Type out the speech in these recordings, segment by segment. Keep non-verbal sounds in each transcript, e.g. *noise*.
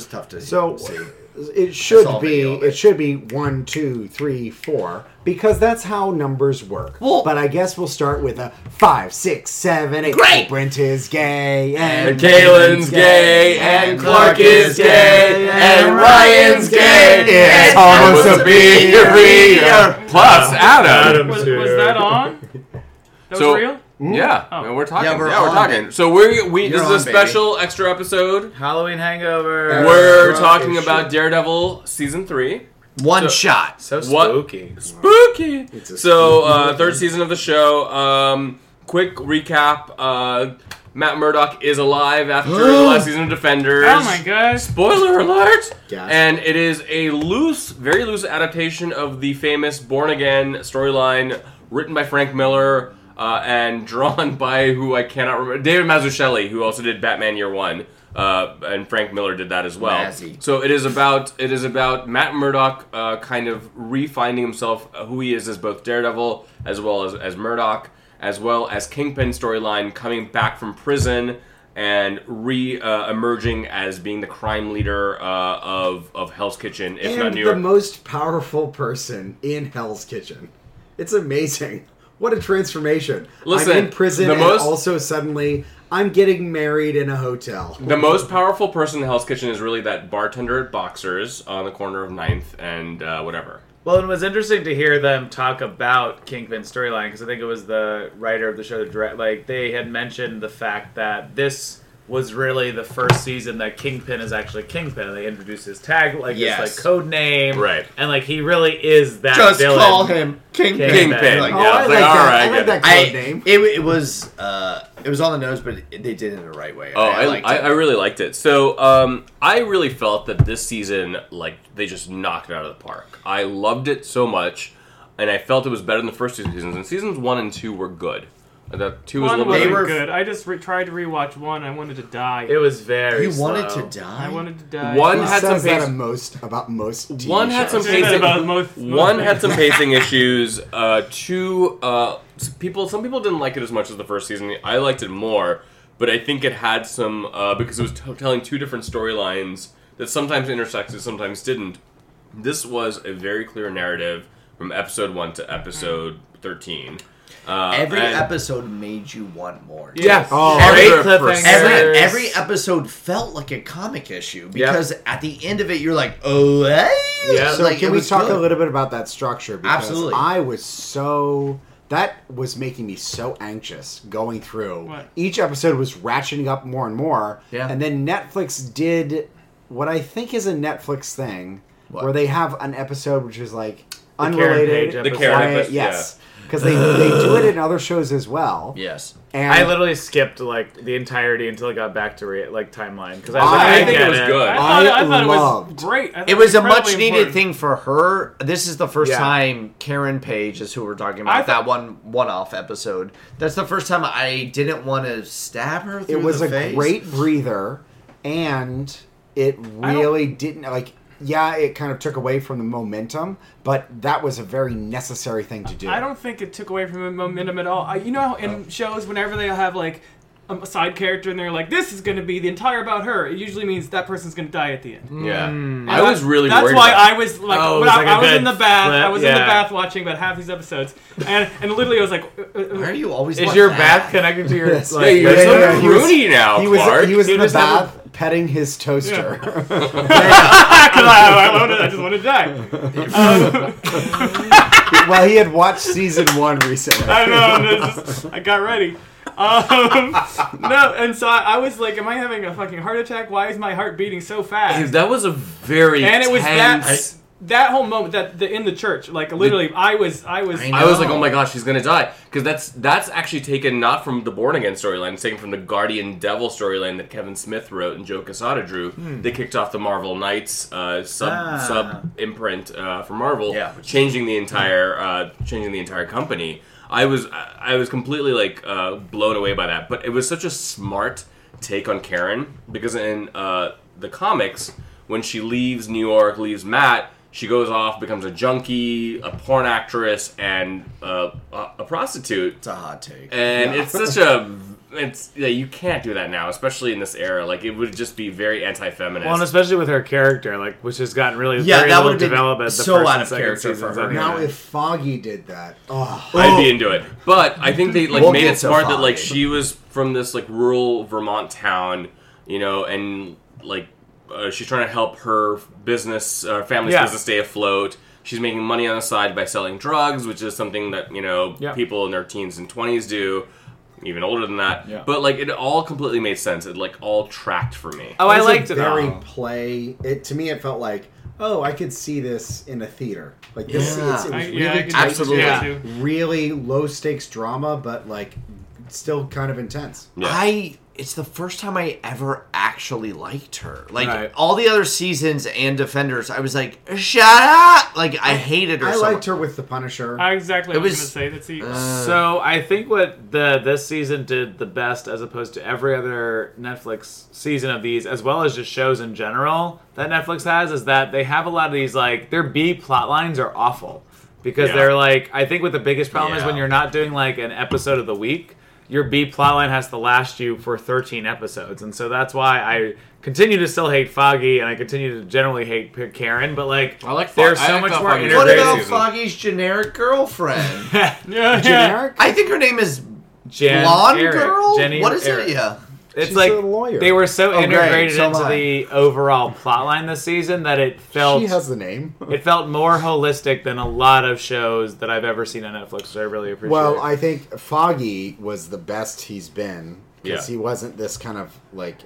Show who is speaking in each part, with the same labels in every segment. Speaker 1: It's tough to
Speaker 2: So
Speaker 1: see.
Speaker 2: it should
Speaker 1: all
Speaker 2: be
Speaker 1: video,
Speaker 2: it should be one, two, three, four because that's how numbers work.
Speaker 1: Well-
Speaker 2: but I guess we'll start with a five, six, seven, eight.
Speaker 1: Great!
Speaker 2: Brent is gay and,
Speaker 3: And Kalen's gay, and Clark is gay, and Ryan's gay.
Speaker 2: It's
Speaker 3: and
Speaker 2: almost
Speaker 3: Elvis
Speaker 2: a beer.
Speaker 3: Plus Adam.
Speaker 4: Was, was that on? That
Speaker 3: So-
Speaker 4: was real?
Speaker 3: Mm. Yeah,
Speaker 4: Oh.
Speaker 3: no, we're talking.
Speaker 1: Yeah,
Speaker 3: Yeah,
Speaker 1: we're
Speaker 3: we're,
Speaker 1: on.
Speaker 3: talking. So we're we
Speaker 1: You're
Speaker 3: this
Speaker 1: on,
Speaker 3: is a special extra episode.
Speaker 5: Halloween hangover.
Speaker 3: We're
Speaker 2: Right,
Speaker 3: talking
Speaker 2: sure.
Speaker 3: about Daredevil season three.
Speaker 1: One
Speaker 3: so-
Speaker 1: shot.
Speaker 5: so
Speaker 3: What?
Speaker 5: spooky.
Speaker 3: Spooky.
Speaker 2: a
Speaker 3: So uh,
Speaker 2: spooky
Speaker 3: third season of the show. Um, quick recap. Uh, Matt Murdock is alive after the last season of Defenders.
Speaker 4: Oh my gosh.
Speaker 3: Spoiler alert!
Speaker 2: Yeah.
Speaker 3: And it is a loose, very loose adaptation of the famous Born Again storyline written by Frank Miller uh, and *laughs* drawn by who I cannot remember, David Mazzucchelli, who also did Batman Year One, uh, and Frank Miller did that as well.
Speaker 1: Mazzy.
Speaker 3: So it is about it is about Matt Murdock uh, kind of refining himself, uh, who he is as both Daredevil as well as as Murdock, as well as Kingpin storyline coming back from prison and re uh, emerging as being the crime leader uh, of of Hell's Kitchen, if not
Speaker 2: and
Speaker 3: New
Speaker 2: the
Speaker 3: York.
Speaker 2: most powerful person in Hell's Kitchen. It's amazing. What a transformation!
Speaker 3: Listen,
Speaker 2: I'm in prison,
Speaker 3: the
Speaker 2: and
Speaker 3: most-
Speaker 2: also suddenly I'm getting married in a hotel.
Speaker 3: the most powerful person in Hell's Kitchen is really that bartender at Boxers on the corner of 9th and uh, whatever.
Speaker 5: Well, it was interesting to hear them talk about Kingpin's storyline because I think it was the writer of the show, the direct, like they had mentioned the fact that this was really the first season that Kingpin is actually Kingpin, and they introduced his tag, like
Speaker 1: Yes.
Speaker 5: his like code name,
Speaker 3: Right.
Speaker 5: And like he really is that.
Speaker 1: Just
Speaker 5: villain.
Speaker 1: call him Kingpin.
Speaker 5: Kingpin.
Speaker 3: Kingpin.
Speaker 1: Like,
Speaker 3: yeah,
Speaker 2: oh, I like
Speaker 3: it's like,
Speaker 2: that.
Speaker 3: all right,
Speaker 2: I
Speaker 3: I
Speaker 2: like
Speaker 3: get
Speaker 2: that
Speaker 3: it.
Speaker 2: code
Speaker 1: I,
Speaker 2: name.
Speaker 1: it, it was uh, it was on the nose, but it, they did it in the right way.
Speaker 3: Oh, I,
Speaker 1: liked
Speaker 3: I,
Speaker 1: it.
Speaker 3: I really liked it. So um, I really felt that this season, like they just knocked it out of the park. I loved it so much, and I felt it was better than the first two seasons. And seasons one and two were good. The two was a
Speaker 4: One
Speaker 3: little
Speaker 4: wasn't
Speaker 3: bit.
Speaker 1: were-
Speaker 4: good. I just re- tried to rewatch one. I wanted to die.
Speaker 5: It was very.
Speaker 1: you wanted
Speaker 5: slow.
Speaker 1: to die.
Speaker 4: I wanted to die.
Speaker 3: One
Speaker 2: He
Speaker 3: had some
Speaker 2: says that
Speaker 3: base-
Speaker 2: a most about most. TV
Speaker 3: One had
Speaker 2: shows.
Speaker 3: some
Speaker 4: Say that
Speaker 3: pacing.
Speaker 4: about most- most
Speaker 3: one had
Speaker 4: things.
Speaker 3: some pacing issues. Uh, two uh, s- people. Some people didn't like it as much as the first season. I liked it more, but I think it had some uh, because it was t- telling two different storylines that sometimes intersected, sometimes didn't. This was a very clear narrative from episode one to episode thirteen. Uh,
Speaker 1: Every
Speaker 3: and-
Speaker 1: episode made you want more.
Speaker 3: Yes.
Speaker 2: Oh,
Speaker 3: Every
Speaker 5: great cliffhanger.
Speaker 1: Every,
Speaker 3: percent.
Speaker 5: Yes.
Speaker 1: every episode felt like a comic issue because at the end of it, you're like, oh, eh?
Speaker 5: Yeah.
Speaker 2: So
Speaker 1: Like, it
Speaker 2: can we
Speaker 1: was
Speaker 2: talk
Speaker 1: good.
Speaker 2: a little bit about that structure? Because
Speaker 1: Absolutely.
Speaker 2: I was so that was making me so anxious going through.
Speaker 4: What?
Speaker 2: Each episode was ratcheting up more and more.
Speaker 1: Yeah.
Speaker 2: And then Netflix did what I think is a Netflix thing,
Speaker 1: What?
Speaker 2: where they have an episode which is like
Speaker 5: Karen
Speaker 2: unrelated.
Speaker 5: Page The
Speaker 2: quiet,
Speaker 3: Karen episode,
Speaker 2: yes. Because they, they
Speaker 1: *laughs*
Speaker 2: do it in other shows as well.
Speaker 1: Yes.
Speaker 2: And
Speaker 5: I literally skipped like the entirety until I got back to re- like timeline because I, was like,
Speaker 2: I
Speaker 5: I
Speaker 2: think it
Speaker 5: get
Speaker 3: was good.
Speaker 4: I thought, I
Speaker 2: I
Speaker 4: thought it
Speaker 2: loved-
Speaker 4: was great. I thought
Speaker 6: It was a
Speaker 4: incredibly
Speaker 6: much needed
Speaker 4: important.
Speaker 6: thing for her. This is the first
Speaker 5: Yeah.
Speaker 6: time Karen Page is who we're talking
Speaker 4: I
Speaker 6: about.
Speaker 4: thought-
Speaker 6: that one one off episode. That's the first time I didn't want to stab her through
Speaker 2: it was
Speaker 6: the
Speaker 2: a
Speaker 6: face.
Speaker 2: great breather and it really didn't like yeah it kind of took away from the momentum but that was a very necessary thing to do
Speaker 4: I don't think it took away from the momentum at all. I, you know, how in
Speaker 3: Oh.
Speaker 4: shows, whenever they have like um, a side character and they're like, "This is going to be the entire about her," it usually means that person's going to die at the end.
Speaker 3: Yeah. Mm.
Speaker 2: Hmm.
Speaker 3: I was really
Speaker 4: That's
Speaker 3: worried.
Speaker 4: why
Speaker 3: about-
Speaker 4: I was like,
Speaker 5: Oh, it
Speaker 4: when
Speaker 5: was
Speaker 4: I,
Speaker 5: like a
Speaker 4: I was
Speaker 5: bad
Speaker 4: in the bath. I
Speaker 5: flip,
Speaker 4: was in the
Speaker 5: yeah.
Speaker 4: bath watching about half these episodes, and and literally I was like, uh, uh,
Speaker 6: Why are you always?
Speaker 5: Is
Speaker 6: like
Speaker 5: your
Speaker 6: that?
Speaker 5: bath connected to your?
Speaker 2: Yes.
Speaker 5: Like,
Speaker 3: Yeah, you're
Speaker 2: Yeah,
Speaker 3: so
Speaker 2: yeah, yeah, he was-
Speaker 3: fruity now,
Speaker 2: he was
Speaker 3: Clark.
Speaker 2: he was in the
Speaker 5: just have
Speaker 2: bath petting his toaster
Speaker 4: "Because *laughs* I, I, wanted- I just want to die.
Speaker 2: *laughs* well he had watched season one recently
Speaker 4: I don't know. and it's just- I got ready. Um, *laughs* no, and so I, I was like, "Am I having a fucking heart attack? Why is my heart beating so fast?"
Speaker 3: That was a very
Speaker 4: and it was
Speaker 3: tense-
Speaker 4: that that whole moment that the, in the church, like literally, I was, I was,
Speaker 3: I was like, oh my gosh, he's gonna die because that's that's actually taken not from the Born Again storyline, it's taken from the Guardian Devil storyline that Kevin Smith wrote and Joe Quesada drew.
Speaker 1: Hmm.
Speaker 3: They kicked off the Marvel Knights uh, sub
Speaker 5: Ah.
Speaker 3: sub imprint uh, for Marvel,
Speaker 1: Yeah, which-
Speaker 3: changing the entire uh, changing the entire company. I was I I was completely like uh, blown away by that, but it was such a smart take on Karen because in uh, the comics, when she leaves New York, leaves Matt, she goes off, becomes a junkie, a porn actress, and uh, a, a prostitute. Eh,
Speaker 1: It's a hot take.
Speaker 3: And it's such a it's yeah, you can't do that now, especially in this era. Like it would just be very
Speaker 5: *laughs*
Speaker 3: anti-feminist.
Speaker 5: Well, and especially with her character, like which has gotten really
Speaker 1: Yeah,
Speaker 5: very
Speaker 1: that
Speaker 5: little
Speaker 1: would've been
Speaker 5: development. The
Speaker 1: so
Speaker 5: first
Speaker 1: out
Speaker 5: and
Speaker 1: of
Speaker 5: second
Speaker 1: character for
Speaker 5: seasons
Speaker 1: her.
Speaker 5: anyway.
Speaker 2: Now, if Foggy did that, oh,
Speaker 3: I'd be into it. But I think they like
Speaker 6: We'll
Speaker 3: made
Speaker 6: get
Speaker 3: it
Speaker 6: so
Speaker 3: smart
Speaker 6: far.
Speaker 3: that like she was from this like rural Vermont town, you know, and like uh, she's trying to help her business, uh, family's
Speaker 5: Yeah.
Speaker 3: business stay afloat. She's making money on the side by selling drugs, which is something that you know
Speaker 5: Yeah.
Speaker 3: people in their teens and twenties do, even older than that.
Speaker 5: Yeah.
Speaker 3: But like it all completely made sense. It like all tracked for me.
Speaker 6: Uh,
Speaker 5: oh, I
Speaker 2: was
Speaker 5: liked
Speaker 2: a
Speaker 5: it.
Speaker 2: Very
Speaker 5: all.
Speaker 2: play. It to me, it felt like oh, I could see this in a theater. Like this,
Speaker 6: Yeah.
Speaker 2: it's, it was
Speaker 4: I,
Speaker 2: really
Speaker 4: yeah, I can
Speaker 2: tight,
Speaker 5: absolutely.
Speaker 4: Yeah.
Speaker 5: Yeah.
Speaker 2: really low stakes drama, but like still kind of intense.
Speaker 3: Yeah.
Speaker 6: I it's the first time I ever actually liked her. Like
Speaker 5: Right.
Speaker 6: all the other seasons and Defenders, I was like, shut up! Like I hated her.
Speaker 2: I
Speaker 6: so
Speaker 2: liked
Speaker 6: much.
Speaker 2: her with the Punisher.
Speaker 4: I exactly.
Speaker 6: It
Speaker 4: was,
Speaker 6: was-
Speaker 4: going to say that's the
Speaker 5: So I think what the this season did the best, as opposed to every other Netflix season of these, as well as just shows in general that Netflix has, is that they have a lot of these like their B plot lines are awful because
Speaker 3: Yeah.
Speaker 5: they're like I think what the biggest problem is
Speaker 6: Yeah.
Speaker 5: when you're not doing like an episode of the week. Your B plot line has to last you for 13 episodes, and so that's why I continue to still hate Foggy, and I continue to generally hate P- Karen. But like,
Speaker 3: I like Fog-
Speaker 5: there's
Speaker 3: I
Speaker 5: so
Speaker 3: like
Speaker 5: much
Speaker 3: how
Speaker 5: more
Speaker 3: Foggy-
Speaker 5: inter-
Speaker 6: What
Speaker 3: Very
Speaker 6: about
Speaker 3: season.
Speaker 6: Foggy's generic girlfriend?
Speaker 5: *laughs*
Speaker 4: yeah, yeah.
Speaker 2: Generic.
Speaker 6: I think her name is
Speaker 5: Jen,
Speaker 6: Blonde
Speaker 5: Eric,
Speaker 6: Girl.
Speaker 5: Jenny
Speaker 6: what is
Speaker 5: Eric.
Speaker 6: it? Yeah.
Speaker 5: It's
Speaker 2: She's
Speaker 5: like
Speaker 2: a lawyer.
Speaker 5: they were so
Speaker 6: Oh, great.
Speaker 5: integrated
Speaker 6: So am
Speaker 5: into
Speaker 6: I.
Speaker 5: the overall plotline this season that it felt
Speaker 2: She has the
Speaker 4: *laughs*
Speaker 2: name.
Speaker 5: it felt more holistic than a lot of shows that I've ever seen on Netflix. So I really appreciate.
Speaker 2: Well,
Speaker 5: it.
Speaker 2: I think Foggy was the best he's been because
Speaker 3: Yeah.
Speaker 2: he wasn't this kind of like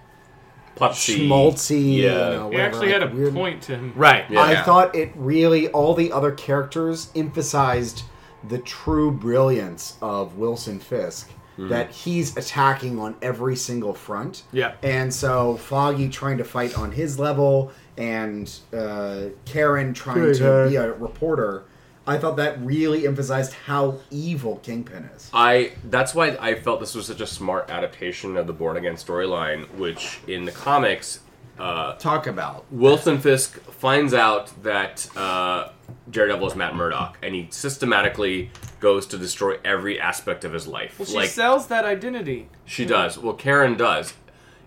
Speaker 3: Plutzy.
Speaker 2: schmaltzy.
Speaker 3: Yeah.
Speaker 2: you know,
Speaker 4: He
Speaker 2: whatever,
Speaker 4: actually
Speaker 2: like,
Speaker 4: had a
Speaker 2: weird-
Speaker 4: point to him.
Speaker 5: right.
Speaker 3: Yeah.
Speaker 2: I thought it really all the other characters emphasized the true brilliance of Wilson Fisk. That he's attacking on every single front.
Speaker 5: Yeah.
Speaker 2: And so Foggy trying to fight on his level and uh, Karen trying
Speaker 5: Good
Speaker 2: to
Speaker 5: guy.
Speaker 2: be a reporter. I thought that really emphasized how evil Kingpin is.
Speaker 3: I that's why I felt this was such a smart adaptation of the Born Again storyline, which in the comics, uh,
Speaker 6: Talk about.
Speaker 3: Wilson Fisk finds out that uh, Daredevil is Matt Murdock, and he systematically goes to destroy every aspect of his life.
Speaker 4: Well, she sells that identity.
Speaker 3: She does. Well, Karen does.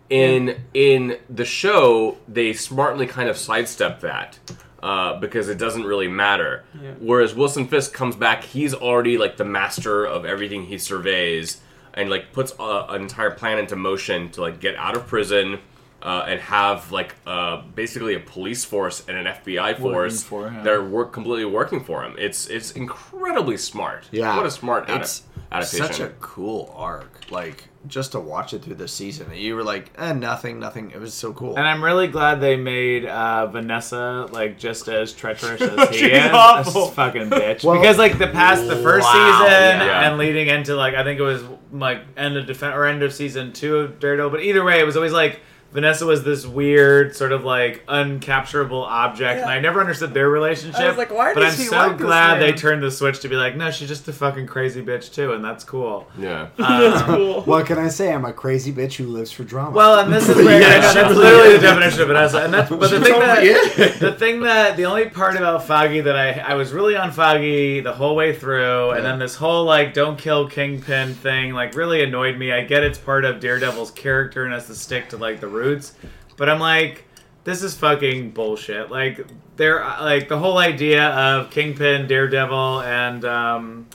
Speaker 3: In in the show, they smartly kind of sidestep that uh, because it doesn't really matter.
Speaker 4: Yeah.
Speaker 3: Whereas Wilson Fisk comes back, he's already like the master of everything he surveys, and like puts a, an entire plan into motion to like get out of prison. Uh, and have like uh, basically a police force and an FBI force
Speaker 5: for him.
Speaker 3: that are work completely working for him. It's it's incredibly smart.
Speaker 6: Yeah.
Speaker 3: what a smart ad-
Speaker 6: It's
Speaker 3: adaptation.
Speaker 6: Such a cool arc. Like just to watch it through this season, you were like, eh, nothing, nothing. It was so cool.
Speaker 5: And I'm really glad they made uh, Vanessa like just as treacherous
Speaker 4: *laughs*
Speaker 5: as he
Speaker 4: She's
Speaker 5: is.
Speaker 4: awful.
Speaker 5: This
Speaker 4: *laughs*
Speaker 5: fucking bitch.
Speaker 2: Well-
Speaker 5: because like the past the first
Speaker 6: Wow,
Speaker 5: season
Speaker 3: yeah.
Speaker 5: and leading into like I think it was like end of defense or end of season two of Daredevil. But either way, it was always like Vanessa was this weird sort of like uncapturable object, and I never understood their relationship.
Speaker 4: I was like, why
Speaker 5: But
Speaker 4: does
Speaker 5: I'm
Speaker 4: he
Speaker 5: so
Speaker 4: like this
Speaker 5: glad they
Speaker 4: man?
Speaker 5: turned the switch to be like, no, she's just a fucking crazy bitch too, and that's cool.
Speaker 3: yeah.
Speaker 4: That's cool.
Speaker 2: What can I say? I'm a crazy bitch who lives for drama.
Speaker 5: Well, and *laughs* this is where
Speaker 2: Yeah,
Speaker 5: I know,
Speaker 2: she
Speaker 5: that's
Speaker 2: really
Speaker 5: literally *laughs*
Speaker 2: is.
Speaker 5: the definition of Vanessa. And that's but the thing that
Speaker 6: totally is.
Speaker 5: the thing that the only part about Foggy that I I was really on Foggy the whole way through, and then this whole like don't kill Kingpin thing like really annoyed me. I get it's part of Daredevil's character and has to stick to like the roots, but I'm like. This is fucking bullshit. Like, they're like the whole idea of Kingpin, Daredevil, and um,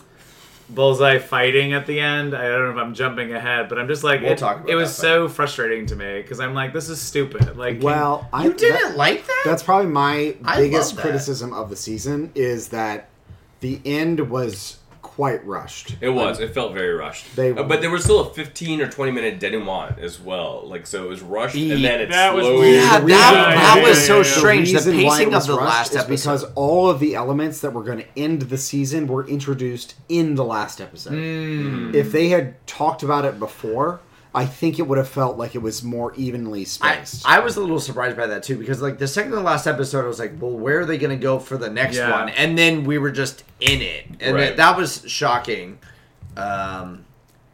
Speaker 5: Bullseye fighting at the end. I don't know if I'm jumping ahead, but I'm just like
Speaker 6: We'll
Speaker 5: it,
Speaker 6: talk about
Speaker 5: it was
Speaker 6: that
Speaker 5: so frustrating to me because I'm like, this is stupid. Like, can-
Speaker 2: well, I
Speaker 6: you didn't
Speaker 2: that-
Speaker 6: like that?
Speaker 2: That's probably my
Speaker 6: *laughs* I
Speaker 2: biggest
Speaker 6: love that.
Speaker 2: criticism of the season is that the end was quite rushed.
Speaker 3: It was. It felt very rushed.
Speaker 2: They-
Speaker 3: Uh, but there was still a 15 or 20 minute denouement as well. Like so, it was rushed and
Speaker 6: Yeah,
Speaker 3: then it
Speaker 4: that was
Speaker 3: slowed.
Speaker 4: weird.
Speaker 6: yeah, that,
Speaker 2: The
Speaker 4: reason-
Speaker 6: that
Speaker 4: yeah,
Speaker 6: was
Speaker 4: yeah,
Speaker 6: so
Speaker 4: yeah.
Speaker 6: strange. The,
Speaker 2: reason why it
Speaker 6: pacing of
Speaker 2: was
Speaker 6: the
Speaker 2: rushed
Speaker 6: last
Speaker 2: is
Speaker 6: episode.
Speaker 2: because all of the elements that were going to end the season were introduced in the last episode.
Speaker 6: Hmm.
Speaker 2: If they had talked about it before, I think it would have felt like it was more evenly
Speaker 6: I,
Speaker 2: spaced.
Speaker 6: I was a little surprised by that too because like the second to last episode, I was like, well, where are they going to go for the next
Speaker 5: Yeah.
Speaker 6: one? And then we were just in it, and
Speaker 3: Right.
Speaker 6: that, that was shocking. Um,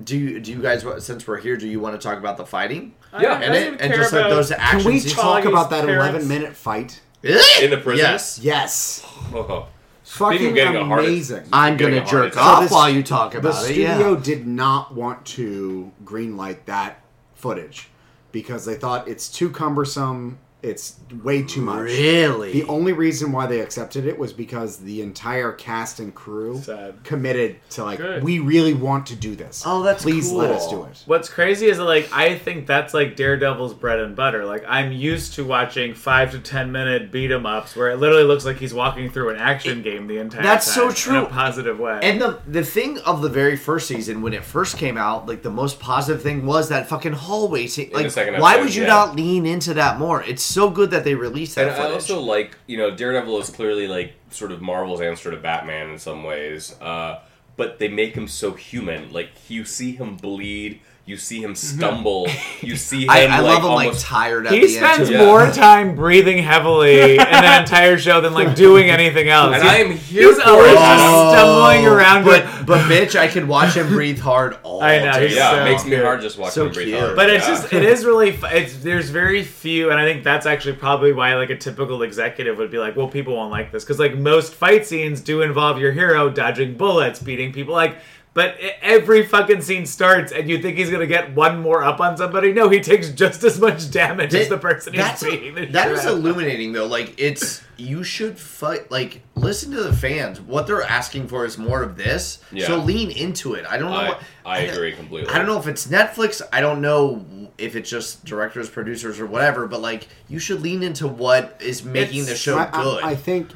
Speaker 6: do you, do you guys wa- since we're here, do you want to talk about the fighting?
Speaker 3: Yeah,
Speaker 4: I,
Speaker 6: and,
Speaker 4: I
Speaker 6: it,
Speaker 4: didn't
Speaker 6: and
Speaker 4: care
Speaker 6: just like
Speaker 4: about-
Speaker 6: those action
Speaker 2: Can we
Speaker 6: scenes?
Speaker 2: talk
Speaker 4: Foggy's
Speaker 2: about that
Speaker 4: parents-
Speaker 2: 11 minute fight?
Speaker 3: In the prison?
Speaker 6: Yes.
Speaker 2: Yes.
Speaker 3: Oh, oh. Speaking of
Speaker 2: fucking
Speaker 3: getting a heart-
Speaker 2: amazing.
Speaker 6: I'm
Speaker 3: Getting
Speaker 6: gonna
Speaker 3: a heart
Speaker 6: jerk
Speaker 3: attack.
Speaker 2: So
Speaker 6: off
Speaker 2: this-
Speaker 6: while you talk
Speaker 2: the
Speaker 6: about it.
Speaker 2: studio
Speaker 6: yeah.
Speaker 2: did not want to greenlight that footage because they thought it's too cumbersome. It's way too much.
Speaker 6: Really?
Speaker 2: The only reason why they accepted it was because the entire cast and crew
Speaker 5: Sad.
Speaker 2: committed to like
Speaker 5: Good.
Speaker 2: we really want to do this.
Speaker 6: Oh, that's
Speaker 2: please let us
Speaker 6: cool.
Speaker 2: do it.
Speaker 5: What's crazy is that, like I think that's like Daredevil's bread and butter. Like I'm used to watching five to ten minute beat 'em ups where it literally looks like he's walking through an action game the entire
Speaker 6: That's
Speaker 5: time.
Speaker 6: so true.
Speaker 5: in a positive way.
Speaker 6: And the the thing of the very first season when it first came out, like the most positive thing was that fucking hallway scene. Like,
Speaker 3: second
Speaker 6: why
Speaker 3: episode,
Speaker 6: would you
Speaker 3: yeah.
Speaker 6: not lean into that more? It's so good that they released that.
Speaker 3: And I
Speaker 6: footage.
Speaker 3: also like, you know, Daredevil is clearly like sort of Marvel's answer to Batman in some ways, uh, but they make him so human. Like you see him bleed, you see him stumble,
Speaker 6: *laughs*
Speaker 3: you see him.
Speaker 6: I, I love
Speaker 3: like,
Speaker 6: him like
Speaker 3: almost,
Speaker 6: tired at
Speaker 5: he
Speaker 6: the
Speaker 5: *laughs*
Speaker 6: end.
Speaker 5: spends
Speaker 6: too.
Speaker 3: Yeah.
Speaker 5: more time breathing
Speaker 6: *laughs*
Speaker 5: heavily in that entire show than like doing anything else.
Speaker 3: and
Speaker 5: He's-
Speaker 3: I am here
Speaker 5: He's
Speaker 3: for
Speaker 5: always
Speaker 3: it.
Speaker 5: just stumbling around,
Speaker 6: Oh. But
Speaker 5: but
Speaker 6: but bitch, I could watch him
Speaker 5: *laughs*
Speaker 6: breathe hard all
Speaker 5: I know,
Speaker 6: day.
Speaker 5: he's
Speaker 3: Yeah,
Speaker 5: so
Speaker 3: it makes me
Speaker 5: good.
Speaker 3: hard just watching
Speaker 6: So
Speaker 3: him breathe
Speaker 6: cute.
Speaker 3: hard.
Speaker 5: But it's
Speaker 3: yeah.
Speaker 5: just it is really fu- it's there's very few, and I think that's actually probably why like a typical executive would be like, well, people won't like this because like most fight scenes do involve your hero dodging bullets, beating people like. But e- every fucking scene starts, and you think he's gonna get one more up on somebody. No, he takes just as much damage as the person *laughs* he's
Speaker 6: That's a-
Speaker 5: beating. the
Speaker 6: that
Speaker 5: shit
Speaker 6: is
Speaker 5: out of.
Speaker 6: illuminating though. Like it's you should fight. Like listen to the fans. What they're asking for is more of this.
Speaker 3: Yeah.
Speaker 6: So lean into it. I don't know.
Speaker 3: I,
Speaker 6: what,
Speaker 3: I agree completely.
Speaker 6: I don't know if it's Netflix. I don't know if it's just directors, producers, or whatever. But like, you should lean into what is making
Speaker 5: It's-
Speaker 6: the show
Speaker 2: I- I-
Speaker 6: good.
Speaker 2: I, think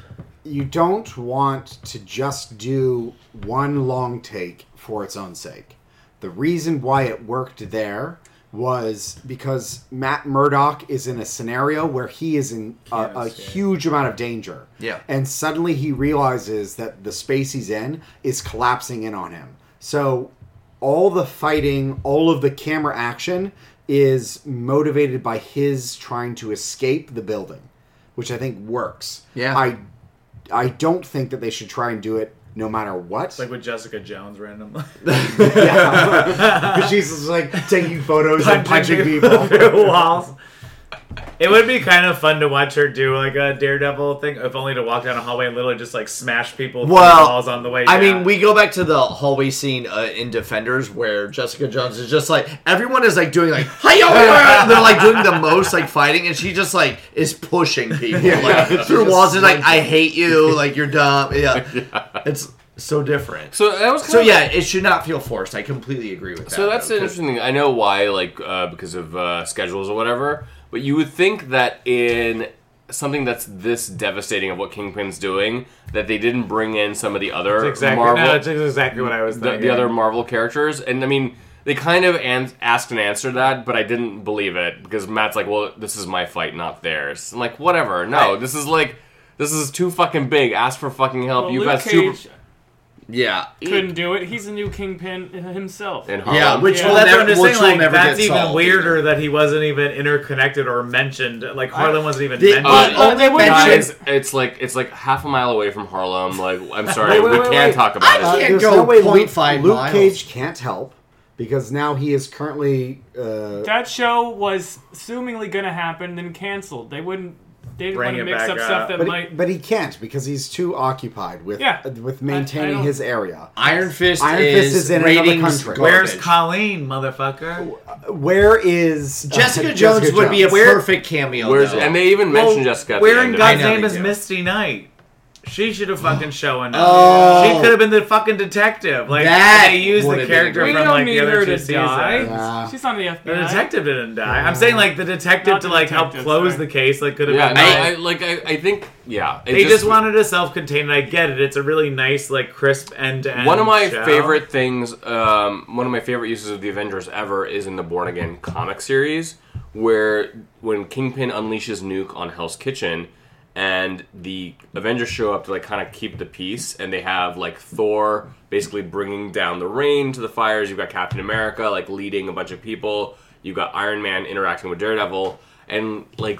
Speaker 2: you don't want to just do one long take for its own sake. The reason why it worked there was because Matt Murdock is in a scenario where he is in a, a huge amount of danger.
Speaker 6: Yeah.
Speaker 2: And suddenly he realizes that the space he's in is collapsing in on him. So all the fighting, all of the camera action is motivated by his trying to escape the building which I think works.
Speaker 6: Yeah.
Speaker 2: I I don't think that they should try and do it no matter what.
Speaker 5: like with Jessica Jones randomly.
Speaker 6: *laughs*
Speaker 2: yeah. *laughs* she's just like taking photos and punching
Speaker 5: *laughs*
Speaker 2: people.
Speaker 5: through walls. It would be kind of fun to watch her do like a daredevil thing, if only to walk down a hallway and literally just like smash people through
Speaker 6: Well,
Speaker 5: walls on the way.
Speaker 6: I
Speaker 5: down.
Speaker 6: mean, we go back to the hallway scene uh, in Defenders where Jessica Jones is just like everyone is like doing like hiya, hiya, *laughs* and they're like doing the most like fighting, and she just like is pushing people like, *laughs* through walls and like I hate you, like you're dumb. Yeah, *laughs* it's so different.
Speaker 3: So that was kind
Speaker 6: So
Speaker 3: of
Speaker 6: yeah, it should not feel forced. I completely agree with that.
Speaker 3: So that's
Speaker 6: though,
Speaker 3: an
Speaker 6: 'cause-
Speaker 3: interesting thing. I know why, like, uh, because of uh, schedules or whatever. But you would think that in something that's this devastating of what Kingpin's doing, that they didn't bring in some of the other
Speaker 5: That's exactly.
Speaker 3: Marvel,
Speaker 5: no, that's exactly what I was
Speaker 3: the,
Speaker 5: thinking.
Speaker 3: the other Marvel characters. And I mean, they kind of an- asked and answered that, but I didn't believe it because Matt's like, "Well, this is my fight, not theirs." I'm like, "Whatever." No,
Speaker 6: Right.
Speaker 3: this is like, this is too fucking big. Ask for fucking help.
Speaker 4: Well,
Speaker 3: You've
Speaker 4: Luke
Speaker 3: got
Speaker 4: Cage
Speaker 3: super
Speaker 6: Yeah,
Speaker 4: couldn't do it. He's a new kingpin himself.
Speaker 3: and
Speaker 6: yeah,
Speaker 3: Harlem.
Speaker 6: which
Speaker 4: Yeah.
Speaker 6: will
Speaker 5: Well, that's
Speaker 6: never,
Speaker 5: what I'm just
Speaker 6: which
Speaker 5: saying.
Speaker 6: will
Speaker 5: Like,
Speaker 6: never
Speaker 5: that's
Speaker 6: get
Speaker 5: even
Speaker 6: solved.
Speaker 5: weirder that he wasn't even interconnected or mentioned. Like Harlan wasn't even
Speaker 6: The-
Speaker 5: mentioned.
Speaker 3: Uh,
Speaker 4: Oh, they wouldn't
Speaker 6: mention-
Speaker 3: Guys, it's like it's like half a mile away from Harlem. Like, I'm sorry,
Speaker 4: Wait, wait,
Speaker 3: we
Speaker 4: wait,
Speaker 3: can't
Speaker 4: wait.
Speaker 3: talk
Speaker 6: I
Speaker 3: about
Speaker 6: can't
Speaker 3: it.
Speaker 2: Uh, There's
Speaker 6: go
Speaker 2: no way Luke,
Speaker 6: 0.5
Speaker 2: Luke
Speaker 6: miles.
Speaker 2: Cage can't help because now he is currently uh,
Speaker 4: That show was seemingly going to happen, then canceled. They wouldn't. They didn't
Speaker 5: Bring
Speaker 4: want to
Speaker 5: it
Speaker 4: mix
Speaker 5: back
Speaker 4: up
Speaker 5: up.
Speaker 4: stuff that
Speaker 2: but
Speaker 4: might.
Speaker 2: he, but he can't because he's too occupied with
Speaker 4: Yeah.
Speaker 2: uh, with
Speaker 4: I- I
Speaker 2: maintaining
Speaker 4: don't-
Speaker 2: his area.
Speaker 6: Iron Fist,
Speaker 2: Iron
Speaker 6: is,
Speaker 2: Fist is in another
Speaker 6: ratings
Speaker 2: country.
Speaker 5: Where's
Speaker 6: garbage.
Speaker 5: Colleen, motherfucker?
Speaker 2: Where is uh,
Speaker 6: Jessica Jones would be a perfect cameo.
Speaker 3: Where's
Speaker 6: though.
Speaker 3: and they even mentioned Jessica. At the
Speaker 5: Oh, Where
Speaker 3: end
Speaker 5: in
Speaker 3: of
Speaker 5: God's
Speaker 3: it.
Speaker 6: I know
Speaker 5: name
Speaker 6: they
Speaker 5: is
Speaker 6: do.
Speaker 5: Misty Knight? She should have
Speaker 3: *gasps*
Speaker 5: fucking shown up.
Speaker 6: Oh.
Speaker 5: She could have been the fucking detective. Like
Speaker 6: That
Speaker 5: they used
Speaker 6: would
Speaker 5: the
Speaker 6: have been a
Speaker 5: character
Speaker 6: great-
Speaker 4: we
Speaker 5: from
Speaker 4: don't
Speaker 5: like
Speaker 4: need
Speaker 5: the other
Speaker 4: her
Speaker 5: two
Speaker 4: to die.
Speaker 5: seasons.
Speaker 2: Yeah.
Speaker 4: She's on the FBI.
Speaker 5: The detective didn't die. I'm saying like the detective
Speaker 4: Not
Speaker 5: to
Speaker 4: the
Speaker 5: like help
Speaker 4: detective,
Speaker 5: close
Speaker 4: sorry.
Speaker 5: the case. Like could have
Speaker 3: Yeah,
Speaker 5: been.
Speaker 3: no,
Speaker 5: like-
Speaker 3: I, like I, I think yeah. it
Speaker 5: they just, wanted a self-contained. I get it. It's a really nice, like crisp end to end.
Speaker 3: one of my
Speaker 5: show.
Speaker 3: favorite things. Um, one of my favorite uses of the Avengers ever is in the Born Again comic series, where when Kingpin unleashes Nuke on Hell's Kitchen, and the Avengers show up to like kind of keep the peace, and they have like Thor basically bringing down the rain to the fires. You've got Captain America like leading a bunch of people. You've got Iron Man interacting with Daredevil, and like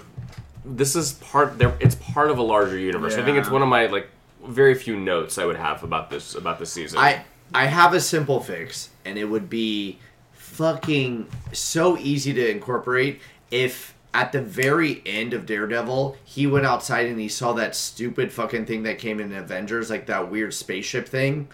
Speaker 3: this is part there it's part of a larger universe i think it's
Speaker 5: Yeah.
Speaker 3: one of my like very few notes i would have about this about this season
Speaker 6: I I have a simple fix, and it would be fucking so easy to incorporate if at the very end of Daredevil, he went outside and he saw that stupid fucking thing that came in Avengers, like that weird spaceship thing,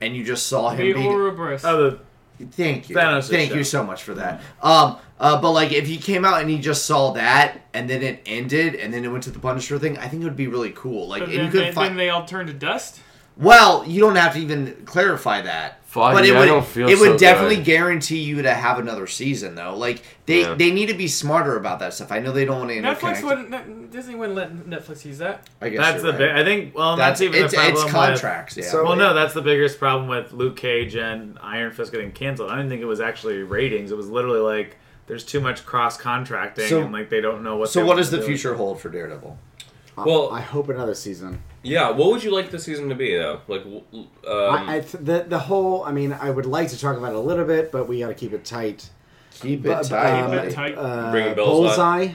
Speaker 6: and you just saw him
Speaker 4: The
Speaker 6: being
Speaker 4: Ouroboros.
Speaker 5: Oh, the
Speaker 6: Thank you.
Speaker 5: Thanos'
Speaker 6: Thank
Speaker 5: show.
Speaker 6: you so much for that. Um, uh, but like, if he came out and he just saw that, and then it ended, and then it went to the Punisher thing, I think it would be really cool. Like,
Speaker 4: But
Speaker 6: and you
Speaker 4: then,
Speaker 6: could
Speaker 4: then-
Speaker 6: find.
Speaker 4: then they all turn to dust.
Speaker 6: well, you don't have to even clarify that.
Speaker 3: Fuck,
Speaker 6: but it
Speaker 3: yeah, I
Speaker 6: would,
Speaker 3: don't feel
Speaker 6: it would
Speaker 3: so
Speaker 6: definitely
Speaker 3: good.
Speaker 6: guarantee you to have another season, though. Like they,
Speaker 3: Yeah.
Speaker 6: they need to be smarter about that stuff. I know they don't want to
Speaker 4: Netflix
Speaker 6: interconnect.
Speaker 4: wouldn't. Ne- Disney wouldn't let Netflix use that.
Speaker 6: I guess
Speaker 5: that's the
Speaker 6: you're right.
Speaker 5: big. I think. Well, that's,
Speaker 6: That's,
Speaker 5: even
Speaker 6: it's,
Speaker 5: the problem
Speaker 6: it's
Speaker 5: with-
Speaker 6: contracts. yeah.
Speaker 2: So-
Speaker 5: well, no, that's the biggest problem with Luke Cage and Iron Fist getting canceled. I didn't think it was actually ratings. It was literally like there's too much cross contracting
Speaker 6: So-
Speaker 5: and like they don't know what.
Speaker 6: so
Speaker 5: they
Speaker 6: what
Speaker 5: want
Speaker 6: does
Speaker 5: to
Speaker 6: the
Speaker 5: do.
Speaker 6: future hold for Daredevil?
Speaker 3: Well-
Speaker 2: I hope another season.
Speaker 3: Yeah, what would you like the season to be though? Like, w- um,
Speaker 2: I, I th- the the whole. I mean, I would like to talk about it a little bit, but we got to keep it tight.
Speaker 6: Keep
Speaker 2: Bu-
Speaker 6: it tight.
Speaker 2: um,
Speaker 4: Keep it
Speaker 6: buddy.
Speaker 4: tight.
Speaker 2: Uh,
Speaker 3: Bringing Bullseye.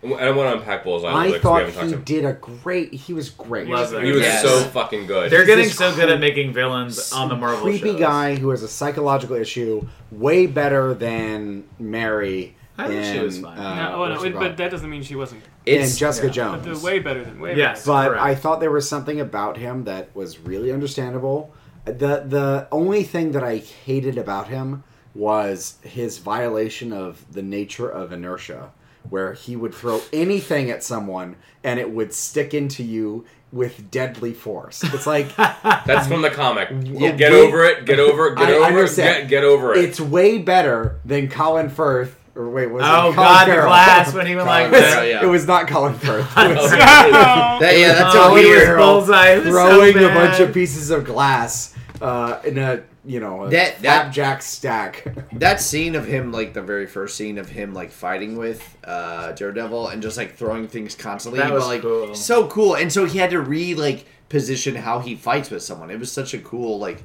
Speaker 2: Bullseye.
Speaker 3: I want to unpack Bullseye. a little
Speaker 2: I
Speaker 3: bit 'cause
Speaker 2: thought
Speaker 3: we haven't
Speaker 2: he
Speaker 3: talked to
Speaker 2: did a great. He was great.
Speaker 5: Love that.
Speaker 3: him. He was
Speaker 6: Yes.
Speaker 3: so fucking good.
Speaker 5: They're getting
Speaker 2: this
Speaker 5: so good
Speaker 2: cool-
Speaker 5: at making villains on the Marvel
Speaker 2: creepy
Speaker 5: shows. *laughs*
Speaker 2: guy who has a psychological issue, way better than Mary.
Speaker 5: I think she
Speaker 2: in,
Speaker 5: was fine.
Speaker 2: uh,
Speaker 4: no, oh, no,
Speaker 2: what's it
Speaker 4: it- but
Speaker 2: called?
Speaker 4: that doesn't mean she wasn't.
Speaker 2: and
Speaker 6: It's
Speaker 2: Jessica
Speaker 4: But
Speaker 2: Jones.
Speaker 4: they're way better than way.
Speaker 5: Yes.
Speaker 4: better.
Speaker 2: but
Speaker 5: Correct.
Speaker 2: I thought there was something about him that was really understandable. The the only thing that I hated about him was his violation of the nature of inertia, where he would throw anything at someone and it would stick into you with deadly force. It's like
Speaker 5: *laughs*
Speaker 3: That's from the comic.
Speaker 2: Yeah,
Speaker 3: get
Speaker 2: we-
Speaker 3: over it. Get over it. Get
Speaker 2: I
Speaker 3: over it.
Speaker 2: understand.
Speaker 3: Get, get over it.
Speaker 2: it's way better than Colin Firth or wait, was it
Speaker 5: Oh
Speaker 2: Colin
Speaker 5: God, the
Speaker 2: Farrell?
Speaker 5: glass when he went like
Speaker 6: Colin
Speaker 5: this.
Speaker 6: Farrell, yeah.
Speaker 2: It was not Colin Firth.
Speaker 5: *laughs*
Speaker 2: It was
Speaker 4: Oh,
Speaker 6: That- yeah, that's
Speaker 5: oh,
Speaker 6: a
Speaker 5: he was
Speaker 6: weird.
Speaker 5: bullseye. It was so
Speaker 2: throwing a
Speaker 5: bad.
Speaker 2: bunch of pieces of glass uh, in a you know a
Speaker 6: That- that-
Speaker 2: flapjack stack.
Speaker 6: *laughs* that scene of him like the very first scene of him like fighting with uh daredevil and just like throwing things constantly
Speaker 5: That was
Speaker 6: but like
Speaker 5: cool.
Speaker 6: so cool and so he had to re like position how he fights with someone it was such a cool like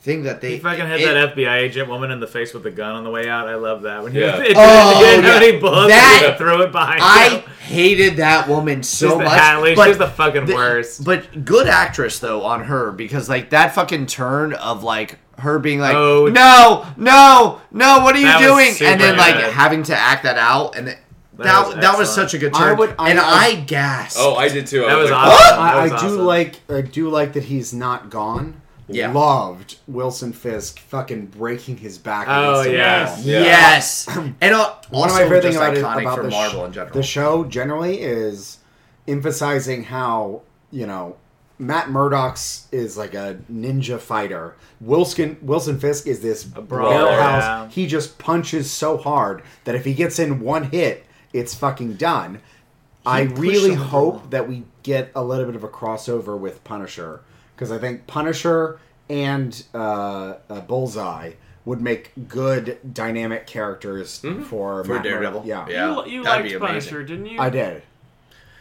Speaker 6: thing that they
Speaker 5: He fucking hit
Speaker 6: it-
Speaker 5: that FBI agent woman in the face with the gun on the way out. I love that. When he,
Speaker 3: Yeah.
Speaker 5: *laughs* it didn't,
Speaker 6: Oh,
Speaker 5: it didn't have
Speaker 6: yeah.
Speaker 5: any bullets,
Speaker 6: That-
Speaker 5: he just threw it behind
Speaker 6: i
Speaker 5: him.
Speaker 6: hated that woman so
Speaker 5: She's the
Speaker 6: much
Speaker 5: Hatley.
Speaker 6: but
Speaker 5: She's the fucking
Speaker 6: the-
Speaker 5: worst.
Speaker 6: But good actress though on her because like that fucking turn of like her being like,
Speaker 5: Oh.
Speaker 6: no, no, no, what are you
Speaker 5: That was
Speaker 6: doing?
Speaker 5: super
Speaker 6: And then like
Speaker 5: good.
Speaker 6: having to act that out and th- that that
Speaker 5: was excellent.
Speaker 6: was, such a good
Speaker 2: I
Speaker 6: turn.
Speaker 2: would- I-
Speaker 6: and
Speaker 2: I-
Speaker 6: I, gasped.
Speaker 3: oh, I did too. I
Speaker 5: That was
Speaker 3: like,
Speaker 5: awesome. That
Speaker 2: I, I
Speaker 5: was
Speaker 2: do
Speaker 5: awesome.
Speaker 2: like I do like that he's not gone.
Speaker 6: Yeah.
Speaker 2: Loved Wilson Fisk fucking breaking his back.
Speaker 5: Oh,
Speaker 2: against a
Speaker 5: yes.
Speaker 2: wall.
Speaker 3: Yeah.
Speaker 6: Yes, *clears throat* and uh,
Speaker 2: One of
Speaker 6: also
Speaker 2: my favorite things
Speaker 6: just
Speaker 2: about it,
Speaker 6: iconic
Speaker 2: about
Speaker 6: for
Speaker 2: the, sh-
Speaker 6: Marvel in general.
Speaker 2: the show generally is emphasizing how you know Matt Murdock's is like a ninja fighter. Wilson Wilson Fisk is this
Speaker 5: brawler,
Speaker 2: warehouse.
Speaker 5: yeah.
Speaker 2: He just punches so hard that if he gets in one hit, it's fucking done. I
Speaker 6: pushed
Speaker 2: really
Speaker 6: him over
Speaker 2: hope
Speaker 6: the
Speaker 2: that we get a little bit of a crossover with Punisher because I think Punisher and uh, uh, Bullseye would make good dynamic characters for,
Speaker 6: for
Speaker 2: Matt Murdock.
Speaker 6: Daredevil.
Speaker 2: Yeah.
Speaker 4: you you
Speaker 6: that'd be
Speaker 4: liked
Speaker 6: amazing.
Speaker 4: Punisher, didn't you?
Speaker 2: I did.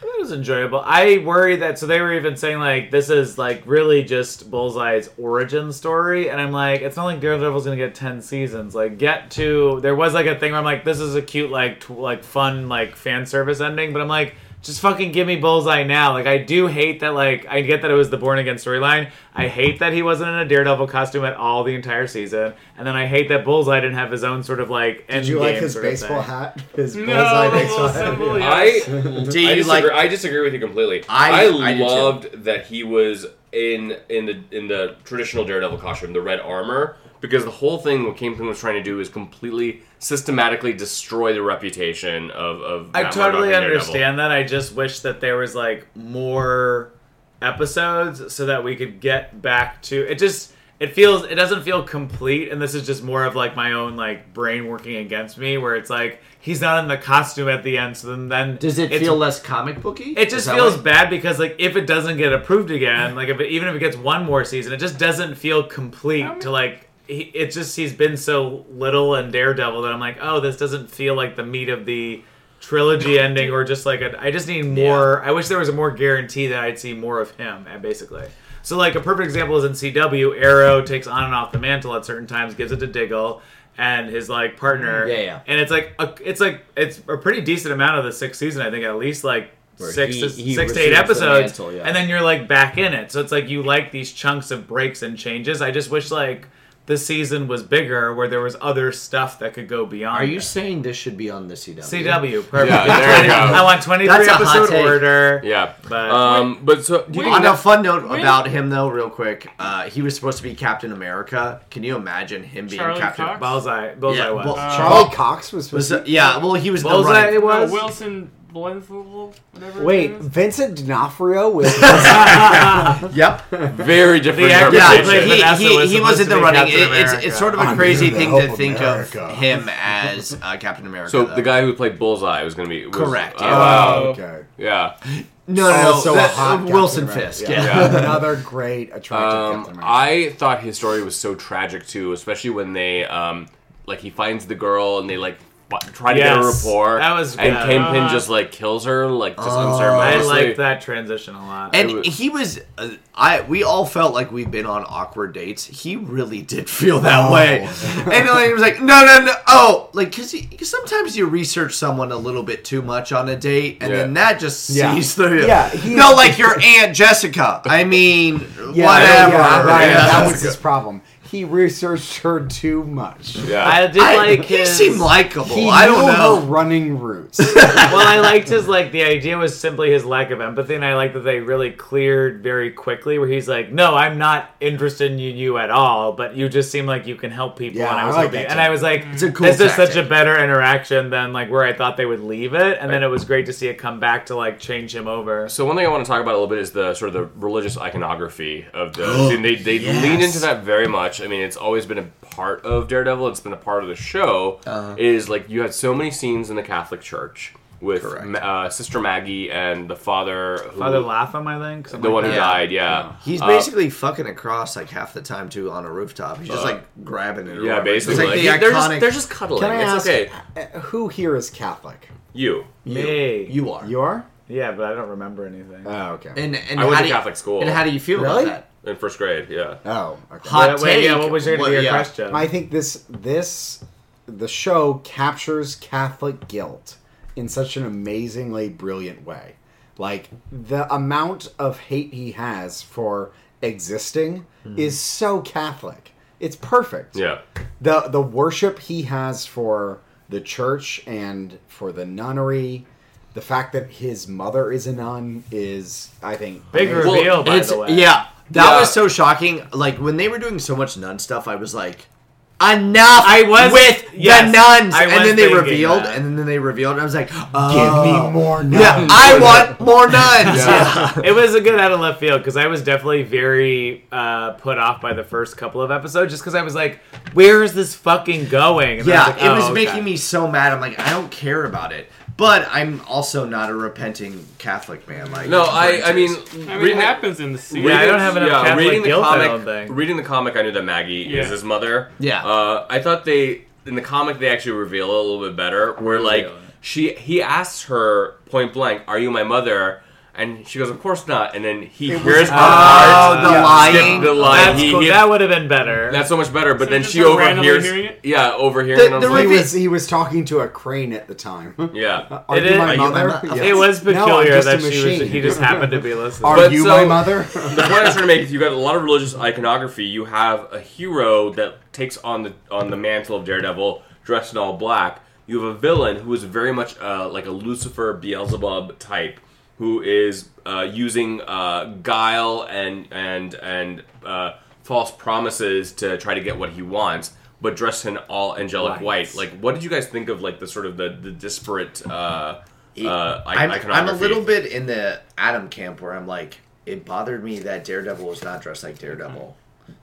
Speaker 5: That was enjoyable. I worry that so they were even saying like this is like really just Bullseye's origin story, and I'm like, it's not like Daredevil's gonna get ten seasons. Like, get to there was like a thing where I'm like, this is a cute like tw- like fun like fan service ending, but I'm like. Just fucking give me Bullseye now. Like I do hate that. Like I get that it was the Born Again storyline. I hate that he wasn't in a Daredevil costume at all the entire season, and then I hate that Bullseye didn't have his own sort of like. End
Speaker 2: Did you like
Speaker 5: game
Speaker 2: his
Speaker 5: sort of
Speaker 2: baseball
Speaker 5: thing.
Speaker 2: hat? *laughs* His
Speaker 4: No,
Speaker 2: bullseye
Speaker 4: the
Speaker 2: baseball
Speaker 4: little
Speaker 2: hat.
Speaker 4: symbol. yeah.
Speaker 3: I,
Speaker 5: Mm-hmm.
Speaker 3: I,
Speaker 6: you
Speaker 3: disagree,
Speaker 6: like-
Speaker 3: I disagree with you completely.
Speaker 6: I-
Speaker 3: I,
Speaker 6: I do too.
Speaker 3: loved that he was in in the in the traditional Daredevil costume, the red armor, because the whole thing what Kingpin was trying to do is completely systematically destroy the reputation of of.
Speaker 5: I
Speaker 3: Matt
Speaker 5: totally
Speaker 3: Murdock and Daredevil.
Speaker 5: understand that. I just wish that there was like more episodes so that we could get back to it. Just it feels it doesn't feel complete, and this is just more of like my own like brain working against me, where it's like he's not in the costume at the end. So then, then
Speaker 6: Does it
Speaker 5: it's-
Speaker 6: feel less comic booky?
Speaker 5: It just feels bad because like if it doesn't get approved again, like if it, even if it gets one more season, it just doesn't feel complete
Speaker 4: How many-
Speaker 5: to like. He, it's just he's been so little in Daredevil that I'm like, oh, this doesn't feel like the meat of the trilogy ending, or just like a, I just need more. I wish there was a more guarantee that I'd see more of him, and basically. So like a perfect example is in CW, Arrow takes on and off the mantle at certain times, gives it to Diggle and his like partner.
Speaker 6: Yeah, yeah.
Speaker 5: And it's like a, it's like it's a pretty decent amount of the sixth season, I think, at least like
Speaker 6: Where
Speaker 5: six
Speaker 6: he-
Speaker 5: to
Speaker 6: he
Speaker 5: six to eight
Speaker 6: receives the
Speaker 5: episodes,
Speaker 6: mantle, yeah.
Speaker 5: and then you're like back in it. So it's like you like these chunks of breaks and changes. I just wish like this season was bigger, where there was other stuff that could go beyond.
Speaker 6: Are you
Speaker 5: it.
Speaker 6: saying this should be on the CW?
Speaker 5: CW? Perfect.
Speaker 3: Yeah, there you
Speaker 5: *laughs*
Speaker 3: go.
Speaker 5: I want twenty-three
Speaker 6: That's a hot
Speaker 5: episode
Speaker 6: take.
Speaker 5: order.
Speaker 3: Yeah.
Speaker 5: But-
Speaker 3: um, but so do you
Speaker 4: Wait.
Speaker 3: think
Speaker 6: On a
Speaker 4: Enough.
Speaker 6: fun note
Speaker 4: Wait.
Speaker 6: about him, though, real quick, uh, he was supposed to be Captain America. Can you imagine him being
Speaker 4: Charlie
Speaker 6: Captain?
Speaker 4: Cox?
Speaker 5: Bullseye. Bullseye
Speaker 6: Yeah,
Speaker 5: was.
Speaker 6: well-
Speaker 2: Charlie Cox was
Speaker 6: Oh. Was
Speaker 2: supposed
Speaker 6: that-
Speaker 2: to.
Speaker 6: yeah, well, he was the
Speaker 5: Bullseye.
Speaker 6: running.
Speaker 5: It was.
Speaker 4: No, Oh, Wilson Blenful, whatever. his
Speaker 2: Wait,
Speaker 4: *laughs* name is.
Speaker 2: Vincent D'Onofrio
Speaker 6: *laughs*
Speaker 2: was.
Speaker 5: *laughs*
Speaker 6: Yep.
Speaker 3: very different
Speaker 5: The actor
Speaker 6: Yeah,
Speaker 5: Vanessa
Speaker 6: but
Speaker 3: interpretation?
Speaker 5: played-
Speaker 6: he,
Speaker 5: Vanessa
Speaker 6: he,
Speaker 5: was
Speaker 6: he
Speaker 5: supposed
Speaker 6: was in
Speaker 5: to
Speaker 6: the
Speaker 5: be
Speaker 6: running.
Speaker 5: Captain
Speaker 6: It, it's, it's
Speaker 5: America.
Speaker 6: sort of a
Speaker 2: I'm
Speaker 6: crazy
Speaker 2: here to
Speaker 6: thing
Speaker 2: help
Speaker 6: to think
Speaker 2: America.
Speaker 6: of him as uh, Captain America.
Speaker 3: So
Speaker 6: though.
Speaker 3: the guy who played Bullseye was going to be was-
Speaker 6: Correct, yeah.
Speaker 3: Oh, wow.
Speaker 2: okay.
Speaker 3: Yeah.
Speaker 6: no, no, no,
Speaker 2: Also Oh, a
Speaker 6: Oh, that- uh,
Speaker 2: hot Captain
Speaker 6: Wilson
Speaker 2: America.
Speaker 6: Fisk.
Speaker 2: Yeah.
Speaker 6: Yeah.
Speaker 2: *laughs*
Speaker 3: Yeah.
Speaker 2: Another great attractive Captain
Speaker 3: Um,
Speaker 2: America.
Speaker 3: I thought his story was so tragic too, especially when they um, like he finds the girl and they like f- try to get a
Speaker 5: Yes.
Speaker 3: rapport.
Speaker 5: That was
Speaker 3: and
Speaker 5: good.
Speaker 3: Kingpin
Speaker 4: Uh-huh.
Speaker 3: just like kills her like just
Speaker 5: I
Speaker 3: unceremoniously.
Speaker 5: like that transition a lot.
Speaker 6: And
Speaker 3: It was-
Speaker 6: he was, uh, I we all felt like we've been on awkward dates. He really did feel that
Speaker 2: Oh.
Speaker 6: way, and then he was like, "No, no, no, oh, like because sometimes you research someone a little bit too much on a date, and
Speaker 3: Yeah.
Speaker 6: then that just
Speaker 2: Yeah.
Speaker 6: sees through.
Speaker 2: Yeah, he-
Speaker 6: no,
Speaker 2: *laughs*
Speaker 6: like your aunt Jessica. I mean,
Speaker 2: Yeah,
Speaker 6: whatever.
Speaker 2: yeah, right,
Speaker 6: Yeah.
Speaker 2: That was his problem. He researched her too much.
Speaker 3: Yeah.
Speaker 5: I did
Speaker 6: I-
Speaker 5: like
Speaker 6: he
Speaker 5: his.
Speaker 6: seemed likable.
Speaker 2: He
Speaker 6: I don't
Speaker 2: knew her
Speaker 6: know.
Speaker 2: running
Speaker 6: *laughs*
Speaker 2: roots.
Speaker 5: well, I liked his like the idea was simply his lack of empathy, and I like that they really cleared very quickly where he's like, "No, I'm not interested in you at all, but you just seem like you can help people."
Speaker 2: Yeah,
Speaker 5: and I was
Speaker 2: I like
Speaker 5: hoping-
Speaker 2: that
Speaker 5: and I was like,
Speaker 6: a cool
Speaker 5: "This is such a
Speaker 6: tactic.
Speaker 5: better interaction than like where I thought they would leave it." And then it was great to see it come back to like change him over.
Speaker 3: So one thing I want to talk about a little bit is the sort of the religious iconography of the. and they they lean into that very much. I mean, it's always been a part of Daredevil. It's been a part of the show. Is like you had so many scenes in the Catholic Church with Ma- uh, Sister Maggie and the father, who,
Speaker 5: Father Latham, I think, something
Speaker 3: the one
Speaker 5: like
Speaker 3: who
Speaker 5: that.
Speaker 3: died. Yeah,
Speaker 6: He's
Speaker 3: Uh,
Speaker 6: basically fucking across like half the time too on a rooftop. He's just
Speaker 2: uh,
Speaker 6: like grabbing it. or
Speaker 3: yeah,
Speaker 6: whatever. It's
Speaker 3: basically.
Speaker 6: like the
Speaker 3: they're just
Speaker 6: iconic-
Speaker 3: they're just cuddling.
Speaker 2: Can I ask
Speaker 3: it's okay.
Speaker 2: uh, who here is Catholic?
Speaker 3: You.
Speaker 5: Me.
Speaker 6: you are.
Speaker 2: You are?
Speaker 5: yeah, but I don't remember anything.
Speaker 2: Oh, okay.
Speaker 6: And, and
Speaker 3: I went
Speaker 6: how
Speaker 3: to
Speaker 6: do you-
Speaker 3: Catholic school.
Speaker 6: And how do you feel
Speaker 2: Really?
Speaker 6: about that?
Speaker 3: in first grade, yeah.
Speaker 2: oh, okay.
Speaker 6: Hot
Speaker 5: But wait, yeah,
Speaker 6: take.
Speaker 5: what was your,
Speaker 6: What-
Speaker 5: your
Speaker 6: yeah.
Speaker 5: question?
Speaker 2: I think this this the show captures Catholic guilt in such an amazingly brilliant way. Like the amount of hate he has for existing is so Catholic. It's perfect.
Speaker 3: Yeah.
Speaker 2: The the worship he has for the church and for the nunnery, the fact that his mother is a nun is I think
Speaker 5: Big
Speaker 2: amazing.
Speaker 5: reveal, by
Speaker 6: it's-
Speaker 5: the way.
Speaker 6: Yeah, that
Speaker 3: Yeah.
Speaker 6: was so shocking. Like when they were doing so much nun stuff, I was like, enough.
Speaker 5: I was-
Speaker 6: with
Speaker 5: yes,
Speaker 6: the nuns,
Speaker 5: I
Speaker 6: and
Speaker 5: was
Speaker 6: then they
Speaker 5: thinking
Speaker 6: revealed,
Speaker 5: that.
Speaker 6: and then they revealed, and I was like,
Speaker 2: Give me
Speaker 6: oh.
Speaker 2: more nuns.
Speaker 6: Yeah, I want more
Speaker 2: *laughs*
Speaker 6: nuns. Yeah.
Speaker 5: *laughs* it was a good out of left field because I was definitely very uh, put off by the first couple of episodes just because I was like, where is this fucking going? And I
Speaker 6: Yeah,
Speaker 5: like, "Oh,
Speaker 6: it was
Speaker 5: okay."
Speaker 6: making me so mad. I'm like, I don't care about it. But I'm also not a repenting Catholic man. Like,
Speaker 3: No, I I mean,
Speaker 4: I mean, it
Speaker 3: reading-
Speaker 4: happens in the series.
Speaker 5: I don't have enough Catholic guilt, I don't think.
Speaker 3: Reading the comic, I knew that Maggie
Speaker 4: Yeah.
Speaker 3: is his mother.
Speaker 6: Yeah.
Speaker 3: Uh, I thought they in the comic they actually reveal it a little bit better. Where like
Speaker 5: Really?
Speaker 3: she he asks her point blank, "Are you my mother?" And she goes, "Of course not." And then he
Speaker 2: It was-
Speaker 3: hears her
Speaker 2: Oh,
Speaker 3: heart,
Speaker 6: Uh, the
Speaker 3: skip
Speaker 6: lying.
Speaker 3: the line.
Speaker 5: That's
Speaker 3: he,
Speaker 5: cool.
Speaker 3: he-
Speaker 5: that would have been better.
Speaker 3: that's so much better. But
Speaker 4: So
Speaker 3: then
Speaker 4: just
Speaker 3: she
Speaker 4: her randomly
Speaker 3: overhears.
Speaker 4: hearing it?
Speaker 3: Yeah, overhearing. and
Speaker 6: The-
Speaker 3: I was
Speaker 6: the
Speaker 3: like,
Speaker 2: He
Speaker 6: reveal- Uh,
Speaker 2: was he was talking to a crane at the time. *laughs*
Speaker 3: yeah.
Speaker 2: Are
Speaker 5: It
Speaker 2: you
Speaker 5: is-
Speaker 2: my
Speaker 5: Are you
Speaker 6: my
Speaker 2: mother?
Speaker 6: mother?
Speaker 2: Yes.
Speaker 5: it was
Speaker 2: No, I'm
Speaker 5: peculiar
Speaker 2: just
Speaker 5: that
Speaker 2: a
Speaker 5: she was,
Speaker 2: machine.
Speaker 5: he just happened
Speaker 6: *laughs*
Speaker 5: to be listening.
Speaker 2: Are
Speaker 3: But
Speaker 2: you
Speaker 3: so-
Speaker 2: my *laughs* mother?
Speaker 3: the point I was trying to make is you got a lot of religious iconography. You have a hero that takes on the on the mantle of Daredevil, dressed in all black. You have a villain who is very much uh, like a Lucifer Beelzebub type, who is uh, using uh, guile and and and uh, false promises to try to get what he wants, but dressed in all angelic
Speaker 5: Lights.
Speaker 3: white. Like, what did you guys think of like the sort of the the disparate uh, uh, i-
Speaker 6: I'm, I'm
Speaker 3: iconography?
Speaker 6: a little bit in the Adam camp where I'm like, it bothered me that Daredevil was not dressed like Daredevil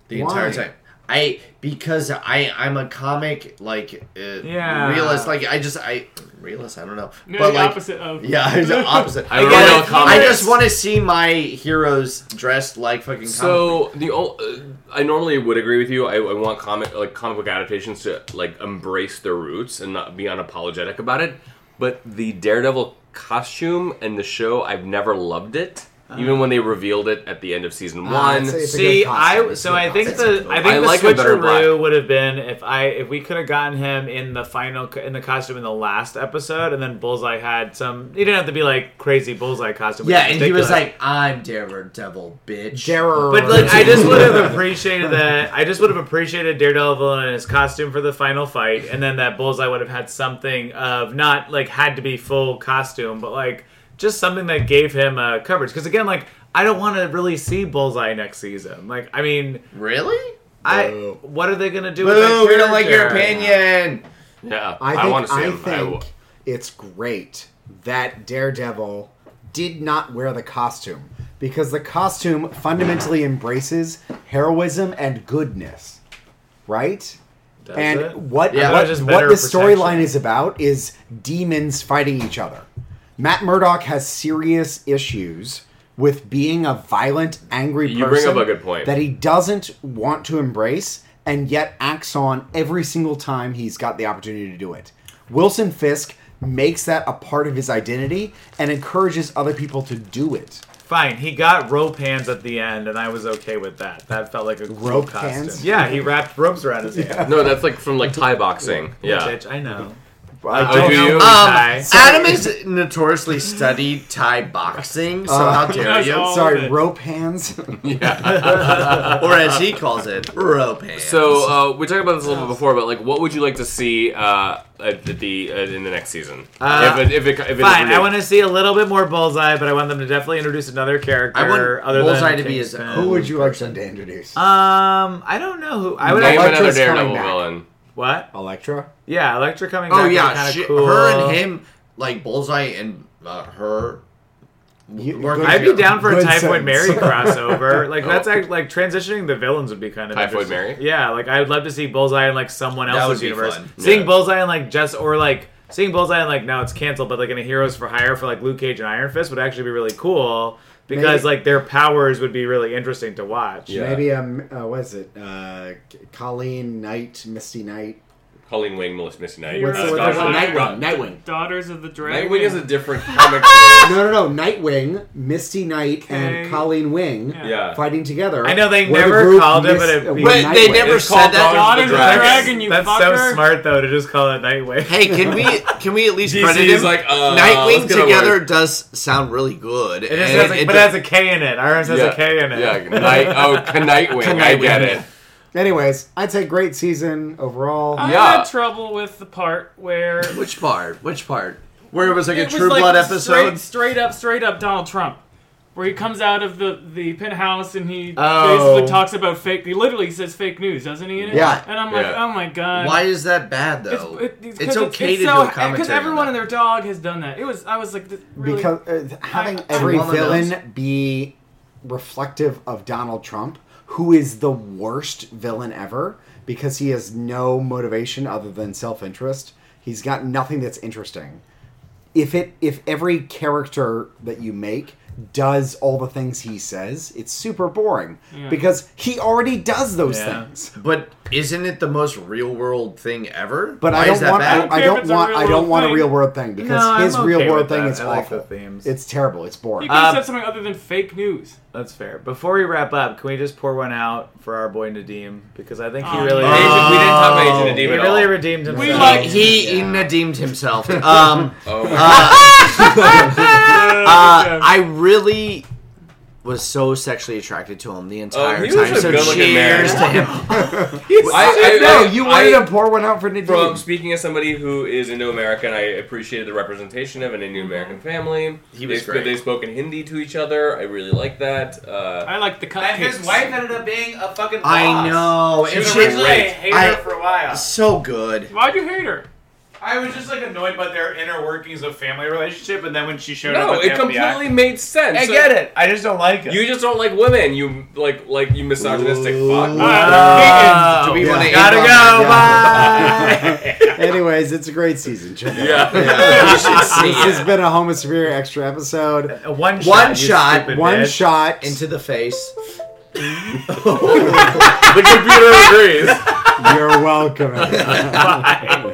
Speaker 6: the
Speaker 2: Why?
Speaker 6: entire time. I because I I'm a comic like uh,
Speaker 5: Yeah.
Speaker 6: realist like I just I realist I don't know
Speaker 4: No,
Speaker 6: but
Speaker 4: the
Speaker 6: like
Speaker 4: opposite of.
Speaker 6: *laughs* yeah I
Speaker 4: *laughs*
Speaker 6: was the opposite
Speaker 3: I don't
Speaker 5: Again,
Speaker 3: know
Speaker 5: it's
Speaker 3: comics.
Speaker 6: I just want to see my heroes dressed like fucking comic
Speaker 3: So the ol- uh, I normally would agree with you. I, I want comic like comic book adaptations to like embrace their roots and not be unapologetic about it. But the Daredevil costume and the show, I've never loved it.
Speaker 2: Uh-huh.
Speaker 3: even when they revealed it at the end of season
Speaker 2: I'd
Speaker 3: one.
Speaker 2: say it's a
Speaker 5: See,
Speaker 2: good costume.
Speaker 5: I
Speaker 2: It's a
Speaker 5: so
Speaker 2: good
Speaker 5: I think
Speaker 2: costume.
Speaker 5: the I think
Speaker 3: I
Speaker 5: the
Speaker 3: like him better
Speaker 5: switcheroo
Speaker 3: black.
Speaker 5: would have been if I if we could have gotten him in the final co- in the costume in the last episode, and then Bullseye had some. He didn't have to be like crazy Bullseye costume. which
Speaker 6: Yeah,
Speaker 5: is
Speaker 6: and he was
Speaker 5: ridiculous.
Speaker 6: like, "I'm Daredevil, bitch."
Speaker 2: Darrow.
Speaker 5: But like, I just would have appreciated that. I just would have appreciated Daredevil in his costume for the final fight, and then that Bullseye would have had something of not like had to be full costume, but like just something that gave him uh, coverage. Because again, like I don't want to really see Bullseye next season. Like, I mean,
Speaker 6: really?
Speaker 5: I
Speaker 2: Boo.
Speaker 5: what are they gonna do? with
Speaker 6: Boo!
Speaker 5: that
Speaker 6: We don't like your
Speaker 5: character?
Speaker 6: opinion.
Speaker 3: yeah,
Speaker 2: I
Speaker 3: I,
Speaker 2: think, I
Speaker 3: want to see him. I
Speaker 2: think
Speaker 3: w-
Speaker 2: it's great that Daredevil did not wear the costume because the costume fundamentally embraces heroism and goodness, right?
Speaker 5: Does
Speaker 2: and
Speaker 5: it?
Speaker 2: what
Speaker 5: Yeah,
Speaker 2: what,
Speaker 5: it's just
Speaker 2: what
Speaker 5: better
Speaker 2: the
Speaker 5: protection.
Speaker 2: storyline is about is demons fighting each other. Matt Murdock has serious issues with being a violent, angry person
Speaker 3: You bring up a good point.
Speaker 2: that he doesn't want to embrace and yet acts on every single time he's got the opportunity to do it. Wilson Fisk makes that a part of his identity and encourages other people to do it.
Speaker 5: Fine, he got rope hands at the end, and I was okay with that. That felt like a cool
Speaker 2: Rope
Speaker 5: costume.
Speaker 2: hands?
Speaker 5: Yeah, he wrapped ropes around his hands.
Speaker 3: no, that's like from like
Speaker 2: *laughs*
Speaker 3: Thai boxing. Yeah,
Speaker 5: Bitch, I know.
Speaker 2: I
Speaker 5: don't
Speaker 3: do
Speaker 5: know
Speaker 3: you?
Speaker 5: who's high.
Speaker 6: Um, Adam has notoriously studied Thai boxing,
Speaker 2: *laughs*
Speaker 6: so how dare
Speaker 4: That's
Speaker 6: *laughs* you?
Speaker 4: all of
Speaker 2: Sorry,
Speaker 4: it.
Speaker 2: rope hands. *laughs*
Speaker 6: Or as he calls it, rope hands.
Speaker 3: *laughs* So uh, we talked about this a little bit before, but like, what would you like to see uh, at the uh, in the next season?
Speaker 5: Uh,
Speaker 3: if it, if it, if it
Speaker 5: Fine, I want to see a little bit more Bullseye, but I want them to definitely introduce another character.
Speaker 6: I want
Speaker 5: other
Speaker 6: Bullseye
Speaker 5: than
Speaker 6: to be his
Speaker 5: Kingsman.
Speaker 2: Who would you like them to introduce?
Speaker 6: Uh,
Speaker 5: Um, I don't know who. I would.
Speaker 3: name
Speaker 5: Have,
Speaker 2: Electra's
Speaker 3: another
Speaker 2: coming
Speaker 3: Daredevil
Speaker 2: back.
Speaker 3: villain.
Speaker 5: what?
Speaker 2: Electra?
Speaker 5: Yeah, Electra coming.
Speaker 6: oh
Speaker 5: back
Speaker 6: yeah,
Speaker 5: kind
Speaker 6: she,
Speaker 5: of cool.
Speaker 6: her
Speaker 3: uh,
Speaker 6: and him, like Bullseye and uh, her.
Speaker 2: You-
Speaker 6: We're-
Speaker 2: good-
Speaker 5: I'd be down for a
Speaker 2: Good
Speaker 5: Typhoid
Speaker 2: sentence.
Speaker 5: Mary crossover. Like
Speaker 3: Oh.
Speaker 5: that's act, like transitioning the villains would be kind of
Speaker 3: Typhoid
Speaker 5: interesting.
Speaker 3: Mary?
Speaker 5: Yeah, like I'd love to see Bullseye in like someone
Speaker 6: That
Speaker 5: else's
Speaker 6: would be
Speaker 5: universe.
Speaker 6: fun.
Speaker 5: Seeing
Speaker 3: Yeah.
Speaker 5: Bullseye in like Jess or like seeing Bullseye in like now it's canceled, but like in a Heroes for Hire for like Luke Cage and Iron Fist would actually be really cool because
Speaker 2: Maybe-
Speaker 5: like their powers would be really interesting to watch.
Speaker 3: Yeah.
Speaker 2: Maybe um, uh, what is it? Uh, Colleen Knight, Misty Knight.
Speaker 3: Colleen Wing, Melissa Missy Knight.
Speaker 4: What's the- what's
Speaker 3: Scott-
Speaker 4: the- Nightwing,
Speaker 2: Nightwing.
Speaker 4: Daughters of the Dragon.
Speaker 3: Nightwing is a different comic. book.
Speaker 2: No, no, no. Nightwing, Misty Knight,
Speaker 4: Okay.
Speaker 2: and Colleen Wing
Speaker 3: Yeah.
Speaker 2: fighting together.
Speaker 5: I know they
Speaker 2: were the
Speaker 5: never
Speaker 2: group
Speaker 5: called it, but it-
Speaker 2: uh, were
Speaker 6: But they
Speaker 2: Nightwing.
Speaker 6: never
Speaker 3: It's
Speaker 6: said
Speaker 3: called
Speaker 6: that.
Speaker 3: Dawn
Speaker 4: Daughters
Speaker 3: of
Speaker 4: of
Speaker 3: the
Speaker 4: the
Speaker 3: Dragon.
Speaker 4: Dragon, you
Speaker 5: That's
Speaker 4: fucker.
Speaker 5: so smart though to just call it Nightwing.
Speaker 6: Hey, can we can we at least
Speaker 3: DC
Speaker 6: credit
Speaker 3: is
Speaker 6: him?
Speaker 3: like, uh,
Speaker 6: Nightwing
Speaker 3: let's get a
Speaker 6: together
Speaker 3: word.
Speaker 6: does sound really good.
Speaker 5: It just
Speaker 6: and
Speaker 5: has a,
Speaker 6: it
Speaker 5: but it
Speaker 6: does-
Speaker 5: has a K in it. Ours has a K in it.
Speaker 3: Yeah, Knight. Oh, Knightwing. I get it.
Speaker 2: Anyways, I'd say great season overall.
Speaker 4: I
Speaker 3: Yeah.
Speaker 4: had trouble with the part where
Speaker 6: which part? Which part? Where it was like
Speaker 4: It
Speaker 6: a
Speaker 4: was
Speaker 6: True
Speaker 4: like
Speaker 6: Blood
Speaker 4: straight-
Speaker 6: episode.
Speaker 4: Straight up, straight up Donald Trump. Where he comes out of the, the penthouse and he
Speaker 5: Oh.
Speaker 4: basically talks about fake. He literally says fake news, doesn't he? in it?
Speaker 2: Yeah.
Speaker 4: And I'm like,
Speaker 3: Yeah.
Speaker 4: oh my god.
Speaker 6: Why is that bad
Speaker 4: It's,
Speaker 6: though?
Speaker 4: it-
Speaker 6: It's,
Speaker 4: 'cause it's-
Speaker 6: okay
Speaker 4: it's
Speaker 6: to
Speaker 4: so,
Speaker 6: do a commentary.
Speaker 4: because everyone
Speaker 6: on
Speaker 4: and
Speaker 6: that.
Speaker 4: their dog has done that. It was I was like, this- really?
Speaker 2: because uh, having
Speaker 4: I-
Speaker 2: every
Speaker 6: One of those.
Speaker 2: villain be reflective of Donald Trump, who is the worst villain ever because he has no motivation other than self-interest. He's got nothing that's interesting. If it if every character that you make does all the things he says, it's super boring
Speaker 4: Yeah.
Speaker 2: because he already does those
Speaker 5: Yeah.
Speaker 2: things.
Speaker 6: But isn't it the most real world thing ever?
Speaker 2: But
Speaker 6: Why
Speaker 2: I
Speaker 6: is
Speaker 2: don't
Speaker 6: that
Speaker 2: want I, I
Speaker 6: bad?
Speaker 4: I don't care if
Speaker 2: don't
Speaker 4: it's a
Speaker 2: want I
Speaker 4: real
Speaker 2: don't
Speaker 4: world
Speaker 2: want a
Speaker 4: thing.
Speaker 2: real world thing because
Speaker 5: No, I'm
Speaker 2: his
Speaker 5: okay
Speaker 2: real
Speaker 5: with
Speaker 2: world thing
Speaker 5: that.
Speaker 2: is
Speaker 5: I like the
Speaker 2: awful.
Speaker 5: themes.
Speaker 2: It's terrible. It's boring.
Speaker 4: you could
Speaker 5: Uh,
Speaker 4: have said something other than fake news.
Speaker 5: That's fair. Before we wrap up, can we just pour one out for our boy Nadim? Because I think he
Speaker 4: Oh,
Speaker 5: really,
Speaker 4: no.
Speaker 3: Agent- we didn't talk about Agent
Speaker 5: Oh. he
Speaker 3: Nadim at all.
Speaker 5: really redeemed himself.
Speaker 4: We like-
Speaker 6: he
Speaker 2: Yeah. *laughs*
Speaker 6: redeemed himself. Um,
Speaker 3: Oh my
Speaker 6: uh, I really was so sexually attracted to him the entire
Speaker 3: he was
Speaker 6: time.
Speaker 3: a
Speaker 6: So
Speaker 3: good-looking
Speaker 6: cheers to
Speaker 2: *laughs*
Speaker 3: man.
Speaker 6: him.
Speaker 3: I, I,
Speaker 2: no,
Speaker 3: I-
Speaker 2: you
Speaker 3: I-
Speaker 2: wanted to pour one out for Nadim.
Speaker 3: From speaking as somebody who is Indo American, I appreciated the representation of an Indian American family.
Speaker 6: He was
Speaker 3: they,
Speaker 6: great.
Speaker 3: They spoke in Hindi to each other. I really like that. Uh,
Speaker 4: I like the cupcakes.
Speaker 5: ended up being a fucking.
Speaker 6: I know. It was
Speaker 3: originally a
Speaker 6: hater I- for
Speaker 5: a while.
Speaker 6: so good.
Speaker 4: Why'd you hate her?
Speaker 5: I was just like annoyed by their inner workings of family relationship, and then when she showed
Speaker 3: no, it completely made sense.
Speaker 5: I
Speaker 3: So-
Speaker 5: get it. I just don't like it.
Speaker 3: You just don't like women. You like like you misogynistic fuck.
Speaker 5: Uh, Ah,
Speaker 6: Do
Speaker 2: Oh,
Speaker 6: we
Speaker 2: Yeah.
Speaker 6: want to
Speaker 5: gotta go.
Speaker 2: Yeah.
Speaker 5: Bye.
Speaker 2: *laughs* Anyways, it's a great season. Check it out.
Speaker 3: Yeah.
Speaker 6: *laughs* you should see
Speaker 2: This has
Speaker 6: it.
Speaker 2: been a Homo Superior extra episode.
Speaker 5: A One shot.
Speaker 6: One
Speaker 5: you
Speaker 6: shot,
Speaker 5: stupid
Speaker 2: One
Speaker 5: bitch.
Speaker 2: shot
Speaker 6: into the face.
Speaker 3: the computer agrees.
Speaker 2: You're welcome. *laughs*
Speaker 5: Bye.
Speaker 6: *laughs*